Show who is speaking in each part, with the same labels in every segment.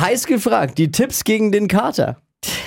Speaker 1: Heiß gefragt, die Tipps gegen den Kater.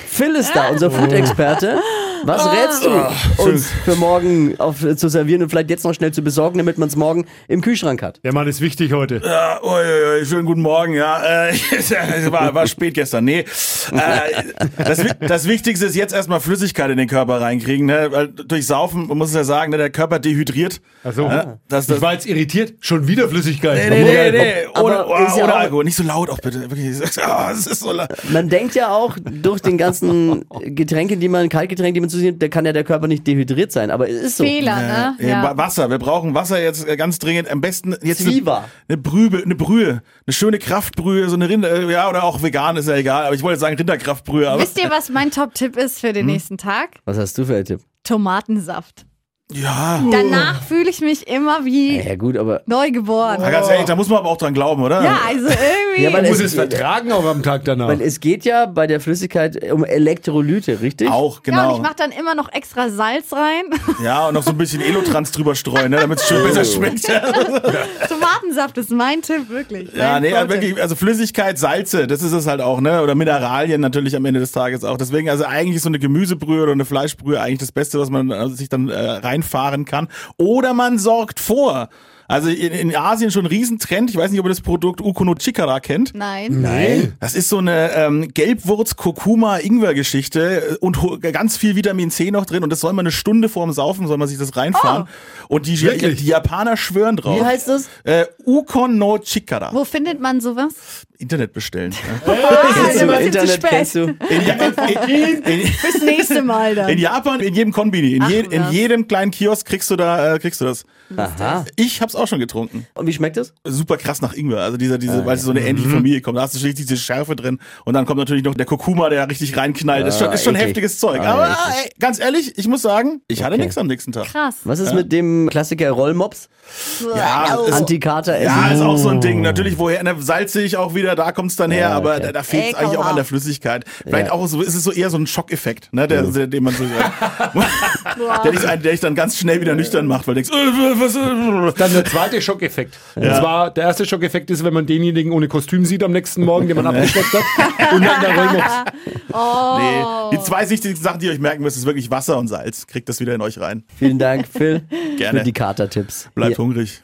Speaker 1: Phil ist da, unser Food-Experte. Was rätst du uns für morgen auf, zu servieren und vielleicht jetzt noch schnell zu besorgen, damit man es morgen im Kühlschrank hat?
Speaker 2: Der Mann ist wichtig heute.
Speaker 3: Ja, oi, oi, oi, schönen guten Morgen, ja. Äh, es war, war spät gestern, nee. Äh, das, Wi- das Wichtigste ist jetzt erstmal Flüssigkeit in den Körper reinkriegen. Ne? Weil durch Saufen, man muss es ja sagen, ne, der Körper dehydriert.
Speaker 2: Also,
Speaker 3: Ja, das- das-
Speaker 2: ich war jetzt irritiert. Schon wieder Flüssigkeit.
Speaker 3: Nee, nee, nee, nee.
Speaker 1: Aber
Speaker 3: Ohne, oh,
Speaker 1: ist ja
Speaker 3: ohne
Speaker 1: auch-
Speaker 3: Alkohol. Nicht so laut auch bitte. Wirklich. Ah, Es ist so laut.
Speaker 1: Man denkt ja auch, durch den ganzen Getränke, die man, Kaltgetränke, die man zu sich nimmt, da kann ja der Körper nicht dehydriert sein, aber es ist so.
Speaker 4: Fehler, ne?
Speaker 3: Äh, Wa- Wasser, wir brauchen Wasser jetzt äh, ganz dringend. Am besten jetzt
Speaker 1: Zwiebel.
Speaker 3: eine, eine Brühe, eine Brühe, eine schöne Kraftbrühe, so eine Rinder, äh, ja oder auch vegan ist ja egal. Aber ich wollte sagen Rinderkraftbrühe. Aber Hm?
Speaker 4: Wisst ihr, was mein Top-Tipp ist für den nächsten Tag?
Speaker 1: Was hast du für einen Tipp?
Speaker 4: Tomatensaft.
Speaker 3: ja,
Speaker 4: Danach fühle ich mich immer wie
Speaker 3: Äh.
Speaker 1: Ja gut, aber
Speaker 4: neu geboren.
Speaker 3: Ja, ganz ehrlich, da muss man aber auch dran glauben, oder?
Speaker 4: Ja, also irgendwie.
Speaker 1: Ja, weil
Speaker 2: Du musst
Speaker 1: Es-
Speaker 2: es vertragen auch am Tag danach.
Speaker 1: weil es geht ja bei der Flüssigkeit um Elektrolyte, richtig?
Speaker 3: auch
Speaker 4: Ja, und
Speaker 3: genau.
Speaker 4: ich mache dann immer noch extra Salz rein.
Speaker 3: Ja, und noch so ein bisschen Elotrans drüber streuen, ne, damit es schön besser schmeckt.
Speaker 4: Tomatensaft ist mein Tipp, wirklich.
Speaker 3: Ja,
Speaker 4: Mein
Speaker 3: nee, also
Speaker 4: Pro-Tipp.
Speaker 3: wirklich, also Flüssigkeit, Salze, das ist es halt auch, ne? Oder Mineralien natürlich am Ende des Tages auch. Deswegen, also eigentlich ist so eine Gemüsebrühe oder eine Fleischbrühe eigentlich das Beste, was man äh, sich dann äh, reinfahren kann. Oder man sorgt vor. Also in, in Asien schon ein Riesentrend. Ich weiß nicht, ob ihr das Produkt Ukono Chikara kennt.
Speaker 4: Nein.
Speaker 1: Nein.
Speaker 3: Das ist so eine ähm, Gelbwurz-Kurkuma-Ingwer-Geschichte äh, und ho- ganz viel Vitamin C noch drin. Und das soll man eine Stunde vorm Saufen, soll man sich das reinfahren. Und die,
Speaker 2: Wirklich?
Speaker 3: die Japaner schwören drauf.
Speaker 1: Wie heißt das?
Speaker 3: Äh, Ukono Chikara.
Speaker 4: Wo findet man sowas? Ah,
Speaker 3: Internet bestellen.
Speaker 4: ist
Speaker 1: im
Speaker 4: immer viel zu
Speaker 1: Internet
Speaker 4: spät.
Speaker 1: kennst du.
Speaker 3: In, Ja- in, in,
Speaker 4: Bis nächste Mal
Speaker 3: in
Speaker 4: dann.
Speaker 3: Japan, in jedem Konbini, in,
Speaker 4: Ach,
Speaker 3: je, in
Speaker 4: was.
Speaker 3: jedem kleinen Kiosk kriegst du da, äh, kriegst du das.
Speaker 1: Aha.
Speaker 3: Ich hab's auch schon getrunken.
Speaker 1: Und wie schmeckt das?
Speaker 3: Super krass nach Ingwer. Also dieser, diese,
Speaker 1: Ah,
Speaker 3: weil es so eine
Speaker 1: Mhm.
Speaker 3: ähnliche Familie kommt. Da hast du schon richtig diese Schärfe drin. Und dann kommt natürlich noch der Kurkuma, der richtig reinknallt. ist schon, ist schon
Speaker 1: eklig.
Speaker 3: heftiges Zeug.
Speaker 1: Ah,
Speaker 3: Aber ey, ganz ehrlich, ich muss sagen, ich hatte nichts am nächsten Tag.
Speaker 4: Krass.
Speaker 1: Was ist mit dem Klassiker Rollmops?
Speaker 3: Ja, ist,
Speaker 1: Antikater essen.
Speaker 3: ja, ist auch so ein
Speaker 1: Oh.
Speaker 3: Ding. Natürlich, woher, ne, salzig auch wieder, da kommt's dann her, aber da, da fehlt's
Speaker 4: Ey,
Speaker 3: eigentlich
Speaker 4: komm
Speaker 3: auch an der
Speaker 4: auf.
Speaker 3: Flüssigkeit. Vielleicht
Speaker 1: Ja.
Speaker 3: auch so, ist es so eher so ein Schockeffekt, ne, der, der, den man so, der, dich, ein- der dich dann ganz schnell wieder nüchtern macht, weil du denkst, äh, was, äh,
Speaker 2: Dann der zweite Schockeffekt. Und zwar, der erste Schockeffekt ist, wenn man denjenigen ohne Kostüm sieht am nächsten Morgen, den man abgeschleppt hat. Und dann der Rollmops.
Speaker 4: Oh.
Speaker 3: nee. Die zwei wichtigsten Sachen, die ihr euch merken müsst, ist wirklich Wasser und Salz. Kriegt das wieder in euch rein.
Speaker 1: Vielen Dank, Phil,
Speaker 3: Gerne.
Speaker 1: für die Kater-Tipps.
Speaker 3: Bleibt hungrig.